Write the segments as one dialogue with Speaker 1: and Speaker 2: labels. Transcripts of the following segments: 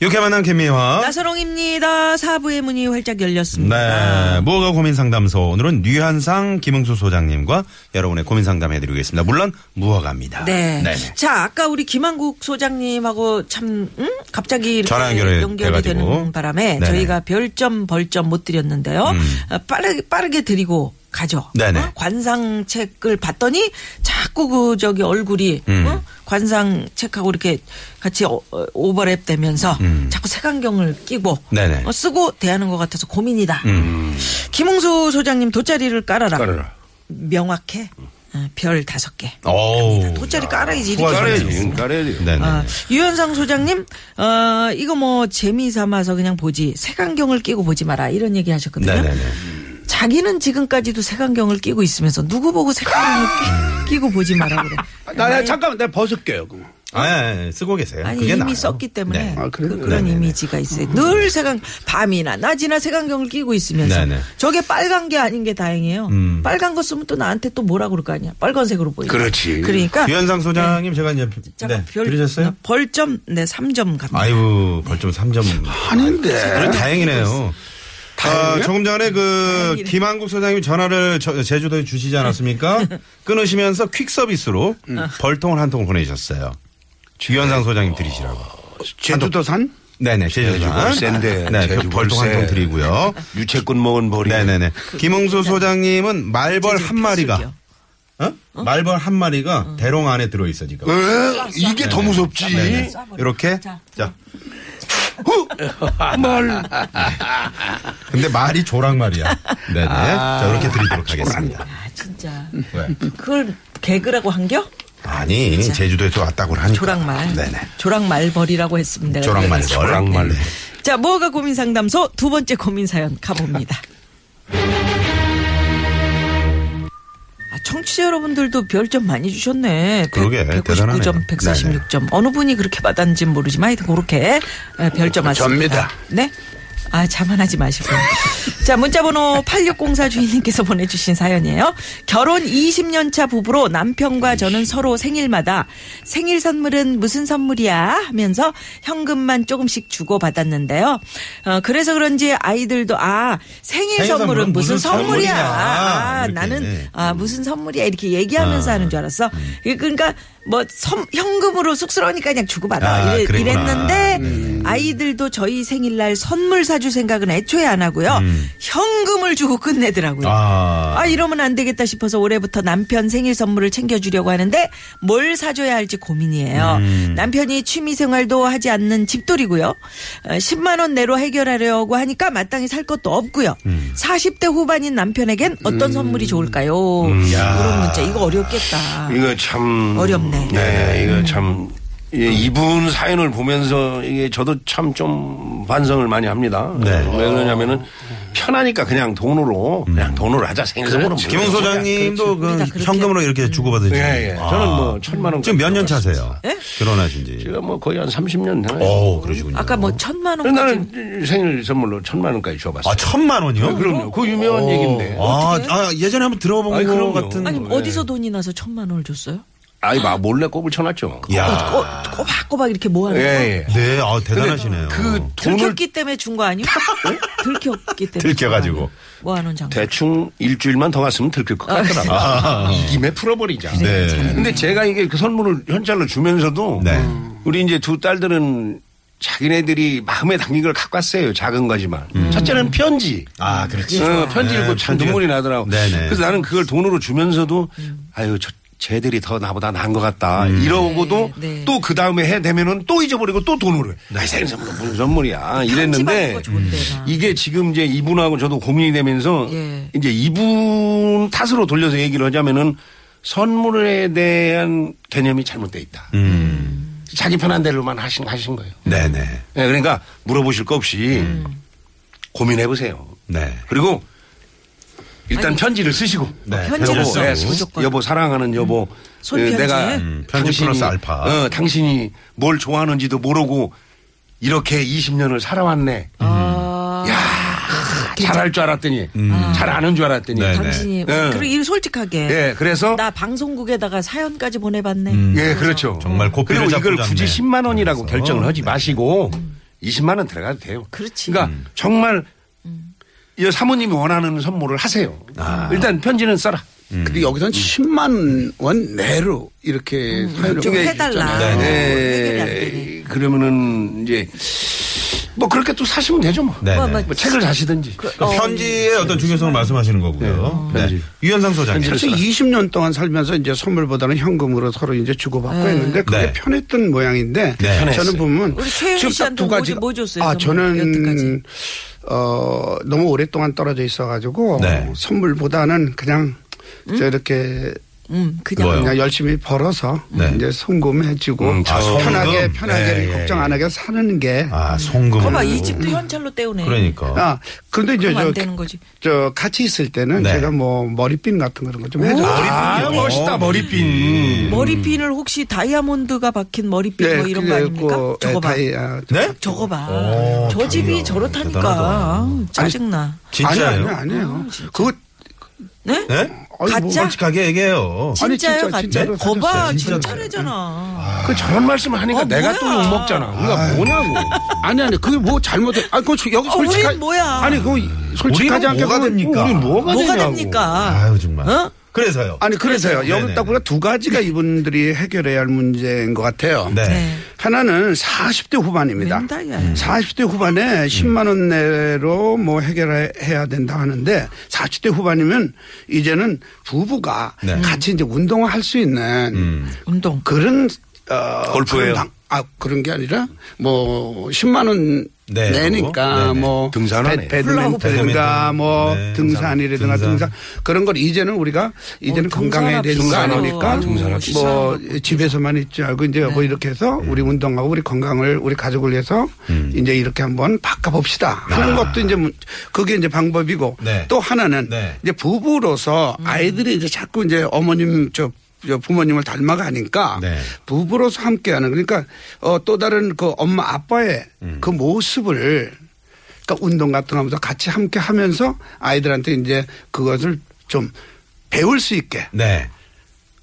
Speaker 1: 이렇게 만난 개미와
Speaker 2: 나서롱입니다. 사부의 문이 활짝 열렸습니다.
Speaker 1: 네 무허가 고민 상담소 오늘은 뉘한상 김흥수 소장님과 여러분의 고민 상담해드리겠습니다. 물론 무허가입니다.
Speaker 2: 네.
Speaker 1: 네네.
Speaker 2: 자, 아까 우리 김한국 소장님하고 참, 음? 갑자기 이렇게
Speaker 1: 전화 연결이
Speaker 2: 연결이
Speaker 1: 돼가지고.
Speaker 2: 되는 바람에
Speaker 1: 네네. 음.
Speaker 2: 저희가 별점 벌점 못 드렸는데요. 아, 빠르게, 빠르게 드리고 가죠.
Speaker 1: 네네.
Speaker 2: 어? 관상책을 봤더니 자꾸 그 저기 얼굴이
Speaker 1: 음.
Speaker 2: 어? 관상책하고 이렇게 같이 어, 어, 오버랩 되면서 자꾸 색안경을 끼고
Speaker 1: 음. 네네.
Speaker 2: 어, 쓰고 대하는 것 같아서 고민이다.
Speaker 1: 음.
Speaker 2: 김홍수 소장님 돗자리를 깔아라.
Speaker 3: 깔아라.
Speaker 2: 명확해. 어, 별 다섯 개.
Speaker 1: 어우.
Speaker 2: 돗자리 깔아야지. 이렇게
Speaker 3: 까레리, 까레리.
Speaker 1: 네네.
Speaker 2: 아, 유현상 소장님, 어, 이거 뭐 재미 삼아서 그냥 보지. 색안경을 끼고 보지 마라. 이런 얘기 하셨거든요.
Speaker 1: 네네네.
Speaker 2: 자기는 지금까지도 색안경을 끼고 있으면서 누구 보고
Speaker 1: 음.
Speaker 2: 색안경을 끼- 끼고 보지 마라 그래.
Speaker 3: 나, 나 잠깐만, 내가 벗을게요. 그럼.
Speaker 1: 아, 예, 예, 쓰고 계세요.
Speaker 2: 아니
Speaker 1: 그게
Speaker 2: 이미
Speaker 1: 나아요.
Speaker 2: 썼기 때문에
Speaker 1: 네.
Speaker 3: 아, 그래요?
Speaker 2: 그, 런
Speaker 1: 네네네.
Speaker 2: 이미지가 있어요. 늘 색안 밤이나 낮이나 색안경을 끼고 있으면서
Speaker 1: 네네.
Speaker 2: 저게 빨간 게 아닌 게 다행이에요.
Speaker 1: 음.
Speaker 2: 빨간 거 쓰면 또 나한테 또 뭐라 그럴 거 아니야. 빨간색으로 보이.
Speaker 3: 그렇지.
Speaker 2: 그러니까
Speaker 1: 유현상 소장님 제가 이제
Speaker 2: 잠깐
Speaker 1: 네. 들으셨어요?
Speaker 2: 벌점 네 3점 갑니다.
Speaker 1: 아이고
Speaker 2: 네.
Speaker 1: 벌점 3점.
Speaker 3: 하는데.
Speaker 1: 다행이네요. 아,
Speaker 3: 네. 다행이에요?
Speaker 1: 조금 전에 그 김한국 소장님이 전화를 저- 제주도에 주시지 않았습니까? 끊으시면서 퀵 서비스로
Speaker 3: 음.
Speaker 1: 벌통을 한 통을 보내주셨어요. 유현상 소장님 드리시라고.
Speaker 3: 제주도산?
Speaker 1: 네네 제주도
Speaker 3: 제주도 센데, 음.
Speaker 1: 네
Speaker 3: 제주
Speaker 1: 벌통 한
Speaker 3: 센.
Speaker 1: 통 드리고요.
Speaker 3: 어? 유채꽃 먹은 머리.
Speaker 1: 네네네. 김홍수 소장님은 말벌
Speaker 2: 제주
Speaker 1: 한 마리가
Speaker 2: 필수기요.
Speaker 1: 어? 말벌 한 마리가 대롱 안에 들어 있어 지금.
Speaker 3: 에? 이게 더 무섭지.
Speaker 1: 네네.
Speaker 3: 음.
Speaker 1: 이렇게
Speaker 2: 자.
Speaker 1: 자.
Speaker 3: 말.
Speaker 1: 근데 말이 조랑 말이야. 네네.
Speaker 3: 아.
Speaker 1: 자 이렇게 드리도록 하겠습니다. 네.
Speaker 2: 아, 진짜
Speaker 1: 왜?
Speaker 2: 그걸 개그라고 한겨?
Speaker 1: 아니 제주도에서 왔다고 하니까.
Speaker 2: 그렇죠. 조랑말.
Speaker 1: 네네.
Speaker 2: 조랑말 벌이라고 했습니다.
Speaker 1: 조랑말.
Speaker 3: 조랑말.
Speaker 1: 네.
Speaker 2: 자, 뭐가 고민 상담소 두 번째 고민 사연 가봅니다. 아, 청취자 여러분들도 별점 많이 주셨네. 백-
Speaker 1: 그러게,
Speaker 2: 199점,
Speaker 1: 대단하네요.
Speaker 2: 146점. 어느 분이 그렇게 받았는지 는 모르지만 하여튼 그렇게 예, 별점 맞습니다.
Speaker 3: 접니다.
Speaker 2: 네. 아, 자만하지 마시고. 자, 문자번호 8604 주인님께서 보내주신 사연이에요. 결혼 20년 차 부부로 남편과 저는 서로 생일마다 생일 선물은 무슨 선물이야 하면서 현금만 조금씩 주고 받았는데요. 어, 그래서 그런지 아이들도 아 생일,
Speaker 1: 생일
Speaker 2: 선물은,
Speaker 1: 선물은
Speaker 2: 무슨
Speaker 1: 무슨
Speaker 2: 선물이야.
Speaker 1: 선물이야.
Speaker 2: 아,
Speaker 1: 이렇게. 네.
Speaker 2: 나는 아 무슨 선물이야 이렇게 얘기하면서
Speaker 1: 아.
Speaker 2: 하는 줄 알았어. 그러니까 뭐 선- 현금으로 쑥스러우니까 그냥 주고 받아
Speaker 1: 아,
Speaker 2: 이래,
Speaker 1: 그랬구나. 네.
Speaker 2: 이랬는데 아이들도 저희 생일날 선물 사줄 생각은 애초에 안 하고요.
Speaker 1: 음.
Speaker 2: 현금을 주고 끝내더라고요. 아.
Speaker 1: 아.
Speaker 2: 이러면 안 되겠다 싶어서 올해부터 남편 생일 선물을 챙겨주려고 하는데 뭘 사줘야 할지 고민이에요.
Speaker 1: 음.
Speaker 2: 남편이 취미 생활도 하지 않는 집돌이고요. 어, 10만 원 내로 해결하려고 하니까 마땅히 살 것도 없고요.
Speaker 1: 음.
Speaker 2: 40대 후반인 남편에겐 어떤 선물이 좋을까요?
Speaker 1: 음.
Speaker 2: 이런 문제 이거 어렵겠다.
Speaker 3: 이거 참.
Speaker 2: 어렵네.
Speaker 3: 네, 이거 참. 예, 이분 사연을 보면서 이게 저도 참 좀 반성을 많이 합니다.
Speaker 1: 네.
Speaker 3: 왜 그러냐면은 편하니까 그냥 돈으로 그냥 돈으로 하자 생각으로.
Speaker 1: 김홍 소장님도 그
Speaker 2: 그렇죠.
Speaker 1: 현금으로 이렇게 주고받으시는.
Speaker 3: 예, 예. 저는 뭐 천만 원.
Speaker 1: 지금 몇 년 차세요?
Speaker 2: 예?
Speaker 1: 결혼하신 지.
Speaker 3: 제가 뭐 거의 한 30년 되나요?
Speaker 1: 어, 그러시군요.
Speaker 2: 아까 뭐 천만
Speaker 3: 그래서
Speaker 2: 원까지
Speaker 3: 나는 생일 선물로 천만 원까지 줘봤어요.
Speaker 1: 아, 천만 원이요?
Speaker 3: 그럼요. 그 유명한 얘기인데.
Speaker 1: 아, 아, 예전에 한번 들어본
Speaker 3: 아니,
Speaker 1: 것
Speaker 3: 그럼요.
Speaker 1: 같은.
Speaker 2: 아니
Speaker 3: 네.
Speaker 2: 어디서 돈이 나서 천만 원을 줬어요? 어,
Speaker 3: 아이, 막 몰래 꼽을 쳐놨죠.
Speaker 1: 야,
Speaker 2: 꼬, 꼬박꼬박 이렇게 모아는
Speaker 3: 예,
Speaker 2: 거.
Speaker 3: 예.
Speaker 1: 네, 아, 대단하시네요.
Speaker 3: 그 돈을
Speaker 2: 들켰기 때문에 준 거 아니요? 어? 들켰기 때문에.
Speaker 1: 들켜가지고.
Speaker 2: 모아놓은 뭐 장부.
Speaker 3: 대충 일주일만 더 갔으면 들킬 것 같더라고요. 이 김에 풀어버리자.
Speaker 1: 아, 네.
Speaker 3: 근데 제가 이게 그 선물을 현찰로 주면서도
Speaker 1: 네.
Speaker 3: 우리 이제 두 딸들은 자기네들이 마음에 담긴 걸 갖고 왔어요. 작은 거지만. 첫째는 편지.
Speaker 1: 아, 그렇지.
Speaker 3: 어, 편지
Speaker 1: 네,
Speaker 3: 읽고 참
Speaker 1: 편지가-
Speaker 3: 눈물이 나더라고.
Speaker 1: 네네.
Speaker 3: 그래서 나는 그걸 돈으로 주면서도 아유 저 쟤들이 더 나보다 나은 것 같다. 이러고도
Speaker 2: 음. 네, 네.
Speaker 3: 또 그 다음에 해 되면은 또 잊어버리고 또 돈으로 해. 아이 생일 선물 무슨 선물이야. 이랬는데 음.
Speaker 2: 받는 거 좋은데, 나.
Speaker 3: 이게 지금 이제 이분하고 저도 고민이 되면서
Speaker 2: 예.
Speaker 3: 이제 이분 탓으로 돌려서 얘기를 하자면은 선물에 대한 개념이 잘못돼 있다.
Speaker 2: 음.
Speaker 3: 자기 편한 대로만 하신 하신 거예요.
Speaker 1: 네네.
Speaker 2: 음.
Speaker 3: 예, 그러니까 물어보실 거 없이 고민해 보세요.
Speaker 1: 네.
Speaker 2: 어,
Speaker 3: 그리고 일단 편지를 쓰시고
Speaker 1: 네, 음.
Speaker 2: 편지를
Speaker 3: 여보,
Speaker 2: 쓰고.
Speaker 3: 예, 소-
Speaker 2: 무조건.
Speaker 3: 여보 사랑하는 여보
Speaker 2: 손편지.
Speaker 3: 어, 내가
Speaker 2: 음,
Speaker 1: 편지
Speaker 3: 당신이-
Speaker 1: 플러스 알파.
Speaker 3: 어, 당신이 뭘 좋아하는지도 모르고 이렇게 20년을 살아왔네.
Speaker 2: 아,
Speaker 3: 야, 잘할 줄 알았더니 잘 아는 줄 알았더니
Speaker 1: 음. 네, 네.
Speaker 2: 당신이
Speaker 3: 네.
Speaker 2: 그리고 이 솔직하게
Speaker 3: 예, 그래서
Speaker 2: 나 방송국에다가 사연까지 보내봤네.
Speaker 3: 예, 그렇죠.
Speaker 1: 정말 고삐를
Speaker 3: 그리고
Speaker 1: 잡고
Speaker 3: 이걸
Speaker 1: 잡네.
Speaker 3: 굳이 10만 원이라고
Speaker 1: 그래서. 네.
Speaker 3: 결정을 하지 마시고 20만 원 들어가도 돼요.
Speaker 2: 그렇지.
Speaker 3: 러니까
Speaker 1: 음.
Speaker 3: 정말 이 사모님이 원하는 선물을 하세요.
Speaker 1: 아.
Speaker 3: 일단 편지는 써라.
Speaker 1: 음.
Speaker 4: 근데 여기선 10만 원 내로 이렇게
Speaker 2: 음,
Speaker 4: 사연을
Speaker 2: 좀 해달라.
Speaker 4: 보내주셨잖아요.
Speaker 2: 네, 해결이 안
Speaker 3: 네.
Speaker 2: 되네.
Speaker 3: 그러면은 이제 뭐 그렇게 또 사시면 되죠 뭐.
Speaker 1: 네,
Speaker 2: 뭐,
Speaker 1: 네.
Speaker 2: 뭐,
Speaker 3: 뭐 책을 사시든지.
Speaker 1: 그러니까
Speaker 2: 네.
Speaker 1: 편지의 어떤 중요성을 말씀하시는 거고요.
Speaker 3: 네,
Speaker 1: 네.
Speaker 3: 편지.
Speaker 1: 유현상 소장님.
Speaker 3: 편지를
Speaker 4: 사실 20년 동안 살면서 이제 선물보다는 현금으로 서로 이제 주고받고 했는데 그게
Speaker 1: 네.
Speaker 4: 편했던 모양인데
Speaker 1: 네.
Speaker 4: 저는 보면
Speaker 2: 음. 우리 최윤희
Speaker 4: 지금 딱두
Speaker 2: 씨한테 뭐
Speaker 4: 가지가-
Speaker 2: 주- 뭐 줬어요,
Speaker 4: 아
Speaker 2: 선물? 여태까지?
Speaker 4: 저는 어 너무 오랫동안 떨어져 있어가지고
Speaker 1: 네.
Speaker 4: 선물보다는 그냥 저 이렇게
Speaker 2: 음, 그냥
Speaker 1: 뭐요?
Speaker 4: 그냥 열심히 벌어서
Speaker 1: 네.
Speaker 4: 이제 송금해주고
Speaker 3: 음, 아,
Speaker 4: 편하게
Speaker 1: 송금?
Speaker 4: 편하게
Speaker 1: 네,
Speaker 4: 걱정
Speaker 1: 예,
Speaker 4: 안 하게 사는 게
Speaker 1: 아, 송금.
Speaker 2: 거봐 이 집도 현찰로 때우네.
Speaker 1: 그러니까.
Speaker 4: 아, 그런데 이제
Speaker 2: 어. 그럼 안
Speaker 4: 저,
Speaker 2: 되는 거지.
Speaker 4: 저 같이 있을 때는
Speaker 1: 네.
Speaker 4: 제가 뭐 머리핀 같은 그런 거 좀 해줘.
Speaker 3: 아, 멋있다
Speaker 1: 음.
Speaker 3: 머리핀.
Speaker 2: 머리핀을 혹시 다이아몬드가 박힌 머리핀
Speaker 4: 예,
Speaker 2: 뭐 이런 거 아닙니까? 저거 봐.
Speaker 1: 네?
Speaker 2: 저거 봐.
Speaker 1: 오,
Speaker 2: 저 집이
Speaker 1: 다이아.
Speaker 2: 저렇다니까.
Speaker 1: 대단하다.
Speaker 2: 아우, 짜증나.
Speaker 4: 아니요,
Speaker 1: 진짜요?
Speaker 4: 아니요.
Speaker 2: 음,
Speaker 4: 그거
Speaker 2: 네?
Speaker 1: 네?
Speaker 4: 아니, 뭐-
Speaker 2: 가짜?
Speaker 1: 솔직하게 얘기해요.
Speaker 4: 아니,
Speaker 2: 진짜요?
Speaker 4: 진짜,
Speaker 2: 가짜?
Speaker 4: 진짜로
Speaker 2: 거봐,
Speaker 4: 사줬어요.
Speaker 1: 진짜로.
Speaker 2: 진짜래잖아.
Speaker 3: 그 저런 말씀을 하니까
Speaker 2: 아,
Speaker 3: 내가
Speaker 2: 뭐야.
Speaker 3: 또 욕먹잖아. 우리가 뭐냐고.
Speaker 4: 아니 아니 그게 뭐 잘못해. 아니 그 여기
Speaker 2: 어,
Speaker 4: 솔직하.
Speaker 2: 우린 뭐야?
Speaker 4: 아니 그 솔직하지
Speaker 1: 우리는
Speaker 4: 않게
Speaker 1: 뭐가
Speaker 4: 그건-
Speaker 1: 됩니까?
Speaker 3: 우리 뭐가,
Speaker 2: 뭐가
Speaker 3: 되냐고.
Speaker 2: 됩니까?
Speaker 1: 아유, 정말.
Speaker 2: 어?
Speaker 1: 그래서요.
Speaker 4: 아니 그래서요. 여기
Speaker 1: 네네.
Speaker 4: 딱 보니까 두 가지가 이분들이 해결해야 할 문제인 것 같아요.
Speaker 1: 네.
Speaker 2: 네.
Speaker 4: 하나는 40대 후반입니다.
Speaker 2: 맨 다이아야. 예.
Speaker 4: 40대 후반에 10만 원 내로 뭐 해결해야 된다 하는데 40대 후반이면 이제는 부부가
Speaker 1: 네.
Speaker 4: 같이 이제 운동을 할 수 있는
Speaker 2: 음. 운동.
Speaker 4: 그런 어
Speaker 3: 골프예요?
Speaker 4: 그런 방- 아 그런 게 아니라 뭐 10만 원
Speaker 1: 네,
Speaker 4: 내니까
Speaker 1: 그거. 네네.
Speaker 4: 뭐
Speaker 3: 등산하네.
Speaker 4: 배- 배드민턴이라든가
Speaker 1: 배드민턴.
Speaker 4: 뭐
Speaker 1: 네,
Speaker 4: 등산이라든가
Speaker 1: 등산.
Speaker 4: 등산. 그런 걸 이제는 우리가 이제는
Speaker 2: 어, 등산화
Speaker 4: 건강에 대해서
Speaker 2: 비싸요.
Speaker 4: 아니니까
Speaker 2: 등산화
Speaker 4: 뭐
Speaker 2: 비싸요. 네.
Speaker 4: 집에서만 있지 말고 이제 뭐 이렇게 해서 우리 운동하고 우리 건강을 우리 가족을 위해서 이제 이렇게 한번 바꿔봅시다 하는 것도 이제 문- 그게 이제 방법이고
Speaker 1: 네.
Speaker 4: 또 하나는
Speaker 1: 네.
Speaker 4: 이제 부부로서 아이들이 이제 자꾸 이제 어머님 저 저 부모님을 닮아가니까
Speaker 1: 네.
Speaker 4: 부부로서 함께하는 그러니까 어, 또 다른 그 엄마 아빠의 그 모습을 그러니까 운동 같은 거 하면서 같이 함께 하면서 아이들한테 이제 그것을 좀 배울 수 있게
Speaker 1: 네.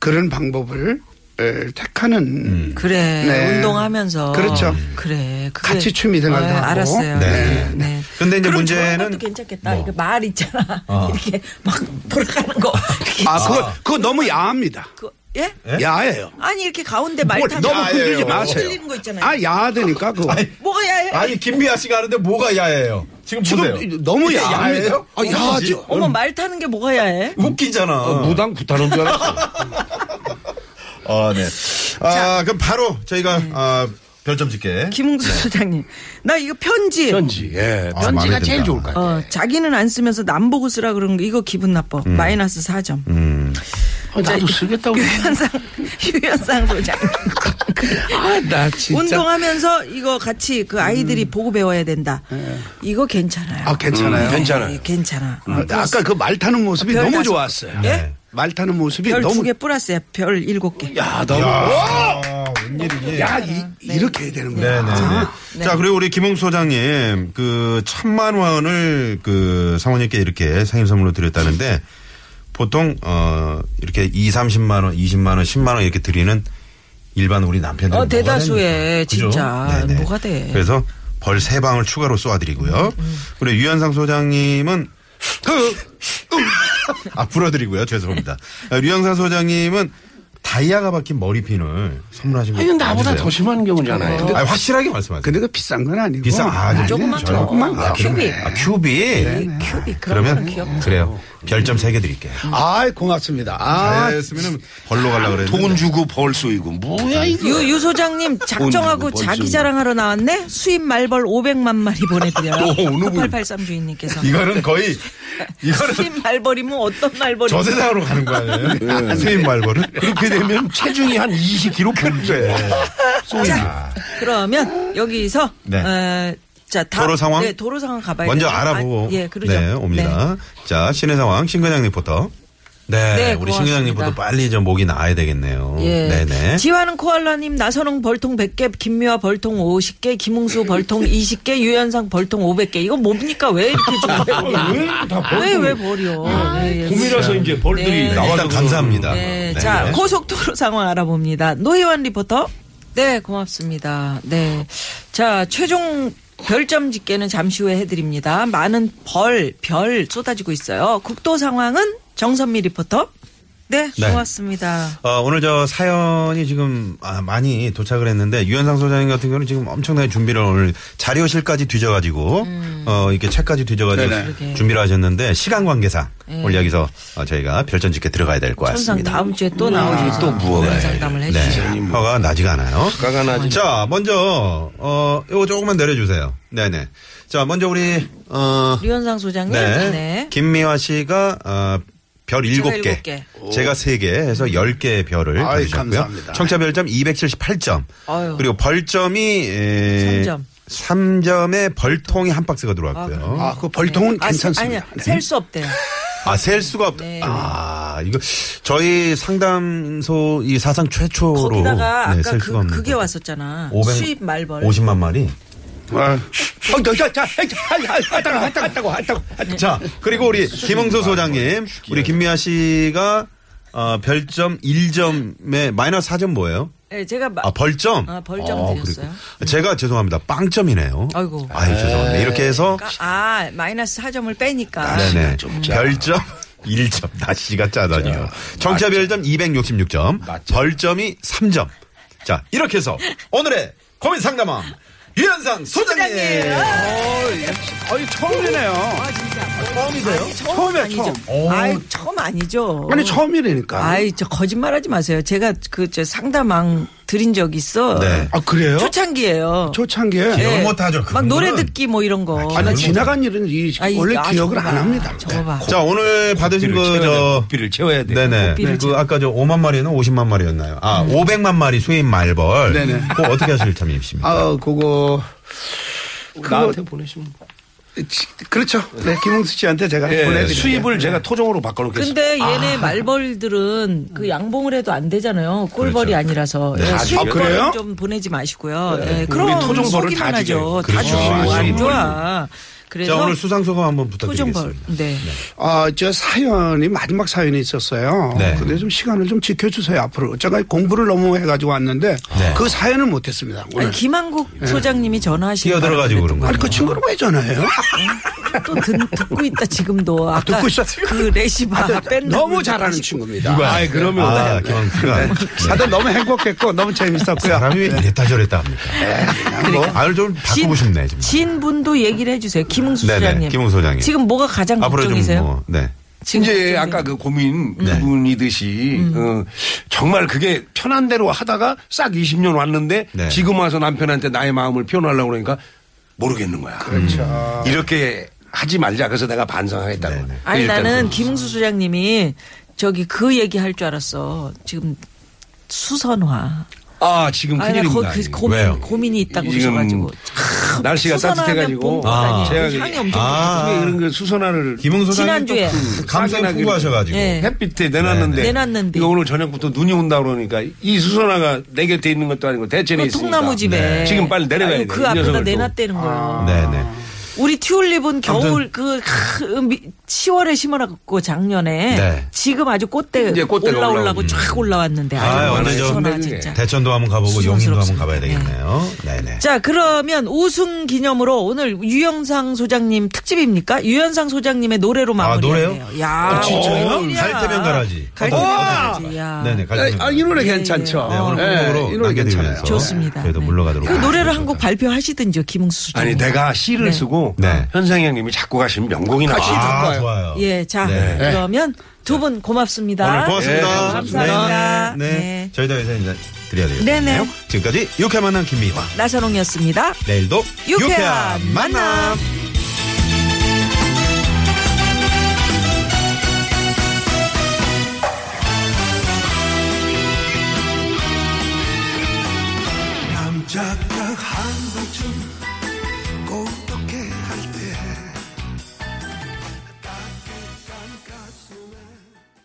Speaker 4: 그런 방법을 에, 택하는
Speaker 2: 음. 그래
Speaker 4: 네.
Speaker 2: 운동하면서
Speaker 4: 그렇죠.
Speaker 2: 그래 그게-
Speaker 4: 같이 취미 생활도
Speaker 2: 아,
Speaker 4: 하고.
Speaker 2: 알았어요.
Speaker 1: 네.
Speaker 2: 네. 네.
Speaker 1: 근데 이제
Speaker 2: 그럼
Speaker 1: 문제는
Speaker 2: 저런 것도 괜찮겠다.
Speaker 1: 뭐.
Speaker 2: 이거 말 있잖아.
Speaker 1: 어.
Speaker 2: 이렇게 막 돌아가는 거. 이렇게
Speaker 4: 아 그거 그거 너무 야합니다.
Speaker 2: 그- 예?
Speaker 1: 예?
Speaker 4: 야해요.
Speaker 2: 아니 이렇게 가운데 말
Speaker 4: 뭘
Speaker 2: 타고
Speaker 4: 너무
Speaker 2: 막
Speaker 4: 흔들지
Speaker 2: 이렇게
Speaker 4: 마세요.
Speaker 2: 흔들리는 거 있잖아요.
Speaker 4: 아 야하다니까 그거.
Speaker 2: 뭐가 야해?
Speaker 1: 아니, 김미아 씨가 하는데 뭐가 야해요? 지금 보세요.
Speaker 4: 지금 너무
Speaker 1: 이게
Speaker 4: 야합니다.
Speaker 1: 야해요?
Speaker 4: 아, 야하죠.
Speaker 1: 웃기지?
Speaker 2: 어머 말 타는 게 뭐가 야해?
Speaker 1: 웃기잖아.
Speaker 3: 무당 부타는 줄 알았어.
Speaker 1: 어, 아, 네. 아, 그럼 바로 저희가
Speaker 2: 네.
Speaker 1: 아, 별점 짓게.
Speaker 2: 김웅수
Speaker 4: 네.
Speaker 2: 소장님, 나 이거 편지.
Speaker 3: 편지. 예.
Speaker 1: 아,
Speaker 3: 편지가
Speaker 1: 마음에
Speaker 3: 제일
Speaker 1: 든다.
Speaker 3: 좋을 것 같아요.
Speaker 2: 어, 자기는 안 쓰면서 남 보고 쓰라 그런 거 이거 기분 나빠.
Speaker 4: 음.
Speaker 2: 마이너스 4점.
Speaker 3: 아, 나도
Speaker 2: 네.
Speaker 3: 쓰겠다고.
Speaker 2: 유현상 유현상 소장님.
Speaker 3: 아, 나 진짜.
Speaker 2: 운동하면서 이거 같이 그 아이들이
Speaker 1: 음.
Speaker 2: 보고 배워야 된다.
Speaker 1: 네.
Speaker 2: 이거 괜찮아요.
Speaker 4: 아 괜찮아요.
Speaker 3: 음, 괜찮아요.
Speaker 2: 예, 괜찮아.
Speaker 1: 음,
Speaker 4: 아,
Speaker 1: 네.
Speaker 4: 아까 그 말 타는 모습이
Speaker 2: 별
Speaker 4: 너무
Speaker 2: 다섯-
Speaker 4: 좋았어요.
Speaker 2: 예?
Speaker 4: 말 타는 모습이
Speaker 2: 별 두
Speaker 4: 너무
Speaker 2: 개 플러스야. 별 일곱 개.
Speaker 3: 야, 너무. 뭐?
Speaker 1: 아, 웬일이니?
Speaker 4: 야 이, 이렇게 해야 아,
Speaker 1: 네,
Speaker 4: 되는구나.
Speaker 1: 네, 네. 자, 그리고 우리 김웅 소장님, 그, 천만 원을 그, 사모님께 이렇게 생일 선물로 드렸다는데, 보통, 어, 이렇게 2, 30만원, 20만원, 10만원 이렇게 드리는 일반 우리 남편들.
Speaker 2: 어, 대다수에 진짜 뭐가 돼. 음,
Speaker 1: 그래서 벌 세방을 추가로 쏘아드리고요. 우리 유현상 소장님은, 그, 아, 불어드리고요. 죄송합니다. 아, 유현상 소장님은 다이아가 박힌 머리핀을 선물하신 거
Speaker 3: 이건 나보다
Speaker 1: 봐주세요.
Speaker 3: 더 심한 경우잖아요.
Speaker 1: 아니, 확실하게 말씀하세요.
Speaker 4: 근데 그 비싼 건 아니고.
Speaker 1: 비싼 아,
Speaker 4: 조금만
Speaker 1: 저요?
Speaker 4: 조금만.
Speaker 1: 아, 큐비. 아, 큐비.
Speaker 2: 네, 큐빅
Speaker 1: 네. 그러면 그래요. 별점 세 개 드릴게요.
Speaker 4: 아 고맙습니다. 아
Speaker 1: 잘했으면은 벌로 가려고 그랬는데.
Speaker 3: 돈 주고 벌 쏘이고. 뭐야, 이거.
Speaker 2: 유, 유 소장님 작정하고
Speaker 3: 벌써
Speaker 2: 자기
Speaker 3: 이거.
Speaker 2: 자랑하러 나왔네? 수입 말벌 500만 마리 보내드려요.
Speaker 3: 또 어느 분?
Speaker 2: 9883 주인님께서.
Speaker 1: 이거는 거의 이거는
Speaker 2: 수입 말벌이면 어떤 말벌이?
Speaker 1: 저 세상으로 가는 거 아니에요? 스윗 말벌은
Speaker 3: 그렇게 되면 체중이 한 20kg
Speaker 1: 그래.
Speaker 3: 쏘이고.
Speaker 2: 그러면 여기서
Speaker 1: 네.
Speaker 2: 어, 자, 다-
Speaker 1: 도로 상황?
Speaker 2: 네, 도로 상황 가봐야
Speaker 1: 먼저
Speaker 2: 되나요?
Speaker 1: 알아보고
Speaker 2: 아, 예, 그러죠.
Speaker 1: 네, 옵니다. 자, 시내 상황 신근양 리포터. 네,
Speaker 2: 네,
Speaker 1: 우리
Speaker 2: 고맙습니다.
Speaker 1: 신근양 리포터 빨리 좀 목이 나아야 되겠네요.
Speaker 2: 예.
Speaker 1: 네, 네.
Speaker 2: 지화는 코알라님, 나선홍 벌통 100개, 김미화 벌통 50개, 김웅수 벌통 20개, 유현상 벌통 500개. 이건 뭡니까? 왜 이렇게 주는 거예요? 왜, 왜 버려?
Speaker 5: 아,
Speaker 2: 네, 예.
Speaker 5: 봄이라서 이제 벌들이
Speaker 2: 네.
Speaker 5: 나와서
Speaker 1: 아, 일단 감사합니다.
Speaker 2: 네, 자, 고속도로 상황 알아봅니다. 노희원 리포터. 네, 고맙습니다. 네. 자, 최종 별점 집계는 잠시 후에 해드립니다. 많은 벌, 별 쏟아지고 있어요. 국도 상황은 정선미 리포터. 네,
Speaker 1: 네.
Speaker 2: 고맙습니다.
Speaker 1: 어, 오늘 저 사연이 지금 아, 많이 도착을 했는데 유현상 소장님 같은 경우는 지금 엄청나게 준비를 오늘 자료실까지 뒤져가지고 어, 이렇게 책까지 뒤져가지고
Speaker 4: 네네.
Speaker 2: 음. 그러게. 예.
Speaker 1: 준비를 하셨는데 시간 관계상 오늘 여기서 어, 저희가 별전 짓게 들어가야 될 것
Speaker 2: 천상
Speaker 1: 같습니다.
Speaker 2: 다음 주에 또
Speaker 4: 아,
Speaker 2: 나오죠.
Speaker 3: 또 무허가예요.
Speaker 2: 상담을
Speaker 1: 네,
Speaker 2: 해주세요.
Speaker 1: 허가 나지가 않아요.
Speaker 3: 가가 나지.
Speaker 1: 자, 먼저 어, 요거 조금만 내려주세요. 네네. 자, 먼저 우리 어,
Speaker 2: 류현상 소장님.
Speaker 1: 네.
Speaker 2: 네.
Speaker 1: 김미화 씨가 어, 별
Speaker 2: 제가
Speaker 1: 일곱 개
Speaker 2: 일곱 개.
Speaker 1: 제가 세개 해서 열개의 별을
Speaker 4: 아이,
Speaker 1: 받으셨고요.
Speaker 4: 감사합니다.
Speaker 1: 청차 별점 278점.
Speaker 2: 아유.
Speaker 1: 그리고 벌점이 에,
Speaker 2: 삼 점.
Speaker 1: 3점에 벌통이 한 박스가 들어왔고요.
Speaker 4: 아, 그 벌통은
Speaker 2: 아, 세-
Speaker 4: 괜찮습니다. 네.
Speaker 2: 아니야, 셀 수 없대요.
Speaker 1: 아, 셀 수가 없다.
Speaker 2: 네.
Speaker 1: 아, 이거 저희 상담소 이 사상 최초로
Speaker 2: 거기다가
Speaker 1: 네,
Speaker 2: 아까
Speaker 1: 셀 수가
Speaker 2: 그,
Speaker 1: 없는
Speaker 2: 그게
Speaker 1: 거.
Speaker 2: 왔었잖아.
Speaker 1: 500
Speaker 2: 수입 말벌.
Speaker 1: 50만 마리.
Speaker 4: 아,
Speaker 5: 어, 저, 저, 저, 저, 했다고, 했다고, 했다고.
Speaker 1: 네. 자, 그리고 예. 우리 김홍수 소장님, 우리 김미아 씨가 어, 별점 1점에 마이너스 4점 뭐예요?
Speaker 2: 네, 제가 마-
Speaker 1: 아, 벌점?
Speaker 2: 아, 벌점
Speaker 1: 아,
Speaker 2: 드렸어요.
Speaker 1: 그리고 제가 죄송합니다. 빵점이네요.
Speaker 2: 아이고.
Speaker 1: 아유, 죄송합니다. 이렇게 해서
Speaker 2: 그러니까 아 마이너스 4점을
Speaker 4: 아,
Speaker 2: 빼니까
Speaker 1: 네네.
Speaker 3: 좀 짜.
Speaker 1: 별점 1점. 나씨가 짜다니요. 정차 별점 266점. 벌점이 3점. 자, 이렇게 해서 오늘의 고민 상담왕 유현상 소장님.
Speaker 4: 아니, 처음이네요.
Speaker 1: 처음이세요?
Speaker 4: 처음이야, 처음.
Speaker 2: 아이 처음 아니죠
Speaker 4: 아니, 처음이라니까.
Speaker 2: 아이 저 거짓말하지 마세요 제가 그 저 상담왕 드린 적 있어
Speaker 1: 네.
Speaker 4: 아, 그래요?
Speaker 2: 초창기에요
Speaker 4: 초창기에.
Speaker 2: 네.
Speaker 1: 기억을 못하죠,
Speaker 2: 막
Speaker 1: 그거는.
Speaker 2: 노래 듣기 뭐 이런 거
Speaker 4: 아, 나 지나간 일은 이,
Speaker 2: 아이,
Speaker 4: 원래
Speaker 2: 아,
Speaker 4: 기억을
Speaker 2: 저거
Speaker 4: 안
Speaker 2: 봐.
Speaker 4: 합니다. 네.
Speaker 2: 저거 봐
Speaker 1: 자, 오늘 받으신 거, 저,
Speaker 3: 비를 채워야 돼.
Speaker 1: 네네.
Speaker 2: 고삐를
Speaker 1: 그 아까 저 5만 마리는 50만 마리였나요? 아, 500만 마리 수입 말벌.
Speaker 4: 네네.
Speaker 1: 그거 어떻게 하실 참이십니까?
Speaker 4: 아, 그거
Speaker 3: 나한테 보내시면.
Speaker 4: 지- 그렇죠. 네, 김웅수 씨한테 제가
Speaker 3: 예,
Speaker 4: 보내드릴게요.
Speaker 3: 수입을 제가 토종으로 바꿔놓겠습니다.
Speaker 2: 근데
Speaker 1: 아.
Speaker 2: 얘네 말벌들은 그 양봉을 해도 안 되잖아요. 꿀벌이
Speaker 1: 그렇죠.
Speaker 2: 아니라서.
Speaker 1: 네.
Speaker 2: 예,
Speaker 3: 다
Speaker 2: 수입벌
Speaker 3: 죽여요?
Speaker 4: 그래요?
Speaker 2: 좀 보내지 마시고요. 예, 그럼
Speaker 3: 우리 토종벌은
Speaker 2: 속이면
Speaker 3: 다
Speaker 2: 하죠. 다
Speaker 3: 죽여요.
Speaker 1: 그렇죠.
Speaker 2: 죽이고 안
Speaker 1: 수입벌은.
Speaker 2: 좋아. 그래서
Speaker 1: 자, 오늘 수상소감 한번
Speaker 2: 토종벌.
Speaker 1: 부탁드리겠습니다.
Speaker 2: 네.
Speaker 4: 아, 저 사연이 마지막 사연이 있었어요.
Speaker 1: 네.
Speaker 4: 근데 좀 시간을 좀 지켜주세요 앞으로. 제가 공부를 너무 해가지고 왔는데
Speaker 1: 네.
Speaker 4: 그 사연을 못했습니다. 오늘.
Speaker 2: 아니,
Speaker 4: 아니,
Speaker 2: 김한국 소장님이 전화하시고
Speaker 1: 뛰어들어가지고 그런 거예요.
Speaker 4: 그 친구를 왜 전화해요?
Speaker 2: 또 듣, 듣고 있다 지금도 아까
Speaker 4: 듣고 있어?
Speaker 2: 그
Speaker 1: 네.
Speaker 4: 아,
Speaker 2: 레시바 그러니까 뺀
Speaker 4: 너무 잘하는 친구입니다. 아이, 그러면
Speaker 1: 아,
Speaker 2: 네.
Speaker 1: 김왕수가.
Speaker 4: 다들 너무 행복했고 너무 재밌었고요.
Speaker 1: 사람이 왜 이랬다 저랬다 합니까?
Speaker 2: 네,
Speaker 1: 뭐, 아유, 좀 바꾸고 싶네, 지금.
Speaker 2: 진분도 얘기를 해주세요. 김웅수
Speaker 1: 네네,
Speaker 2: 소장님.
Speaker 1: 김웅수 소장님.
Speaker 2: 지금 뭐가 가장
Speaker 1: 앞으로 좀
Speaker 2: 걱정이세요?
Speaker 1: 뭐, 네.
Speaker 2: 지금
Speaker 3: 이제
Speaker 2: 걱정돼요.
Speaker 3: 아까 그 고민 부분이듯이
Speaker 1: 음.
Speaker 3: 어, 정말 그게 편한 대로 하다가 싹 20년 왔는데
Speaker 1: 네.
Speaker 3: 지금 와서 남편한테 나의 마음을 표현하려고 그러니까 모르겠는 거야. 음. 이렇게 하지 말자. 그래서 내가 반성하겠다고.
Speaker 1: 그렇죠. 네네.
Speaker 2: 아니
Speaker 3: 일단
Speaker 2: 나는
Speaker 3: 그-
Speaker 2: 김웅수 소장님이 저기 그 얘기 할 줄 알았어. 지금 수선화.
Speaker 3: 아 지금
Speaker 2: 아니, 나 거- 그
Speaker 3: 큰일입니다.
Speaker 2: 고민,
Speaker 1: 왜요?
Speaker 2: 고민이 있다고
Speaker 3: 지금
Speaker 2: 그러셔가지고.
Speaker 3: 날씨가
Speaker 2: 수선화하면
Speaker 3: 따뜻해가지고
Speaker 2: 봄
Speaker 1: 아.
Speaker 2: 아니에요?
Speaker 3: 제가
Speaker 2: 향이
Speaker 3: 그-
Speaker 2: 엄청
Speaker 1: 아.
Speaker 3: 이게 이런 그 수선화를
Speaker 1: 김웅 소장님
Speaker 2: 지난주에. 그
Speaker 1: 감성
Speaker 3: 싸게
Speaker 1: 풍부하셔가지고.
Speaker 2: 예.
Speaker 3: 햇빛에 내놨는데,
Speaker 2: 네네. 내놨는데.
Speaker 3: 이거 오늘 저녁부터 눈이 온다 그러니까 이 수선화가 내 곁에 있는 것도 아니고 대체는
Speaker 2: 그
Speaker 3: 있으니까 네.
Speaker 2: 통나무 집에
Speaker 3: 지금 빨리 내려가야
Speaker 2: 아유,
Speaker 3: 돼.
Speaker 2: 그
Speaker 3: 이
Speaker 2: 앞에다
Speaker 3: 녀석을 또. 아.
Speaker 2: 내놨다는 거예요.
Speaker 1: 그- 네네.
Speaker 2: 아. 우리 튤립은 겨울 그 크, 미- 10월에 심어놨고 작년에
Speaker 1: 네.
Speaker 2: 지금 아주 꽃대
Speaker 3: 이제 꽃대가
Speaker 2: 올라오려고 쫙 올라왔는데
Speaker 1: 아유,
Speaker 2: 아유,
Speaker 1: 완전
Speaker 2: 수선화
Speaker 3: 좀
Speaker 2: 진짜.
Speaker 1: 대천도 한번 가보고 용인도 한번
Speaker 2: 수상스럽습니다.
Speaker 1: 가봐야 되겠네요. 네네.
Speaker 2: 자, 그러면 우승 기념으로 오늘 유영상 소장님 특집입니까? 유현상 소장님의 노래로
Speaker 1: 아, 노래요? 아,
Speaker 2: 마무리해요. 야,
Speaker 1: 진짜요?
Speaker 2: 웬일이야.
Speaker 1: 갈태변 가라지.
Speaker 2: 갈태변
Speaker 1: 어,
Speaker 2: 가라지. 야.
Speaker 1: 네네. 갈등.
Speaker 4: 아, 이 노래 괜찮죠.
Speaker 1: 네, 오늘
Speaker 4: 예,
Speaker 1: 끝곡으로
Speaker 4: 이 노래 괜찮아요.
Speaker 1: 남겨드리면서.
Speaker 2: 좋습니다.
Speaker 1: 저희도
Speaker 2: 네.
Speaker 1: 물러가도록
Speaker 2: 그 노래를
Speaker 1: 하겠습니다.
Speaker 2: 한 곡 발표하시든지요, 김웅수 소장.
Speaker 3: 아니 내가 시를 쓰고
Speaker 1: 네.
Speaker 3: 현상 형님이 자꾸 가시면 명곡이 나와.
Speaker 1: 아, 좋아요.
Speaker 2: 예, 자,
Speaker 1: 네.
Speaker 2: 그러면 두 분 고맙습니다. 네,
Speaker 1: 오늘 고맙습니다.
Speaker 3: 예,
Speaker 2: 감사합니다.
Speaker 1: 네. 네.
Speaker 2: 네.
Speaker 1: 저희도 인사 인사 드려야 되겠네요.
Speaker 2: 네네.
Speaker 1: 지금까지 유쾌한 만남 김미화.
Speaker 2: 나선홍이었습니다.
Speaker 1: 내일도
Speaker 2: 유쾌한
Speaker 1: 유쾌한 만남.
Speaker 2: 만남.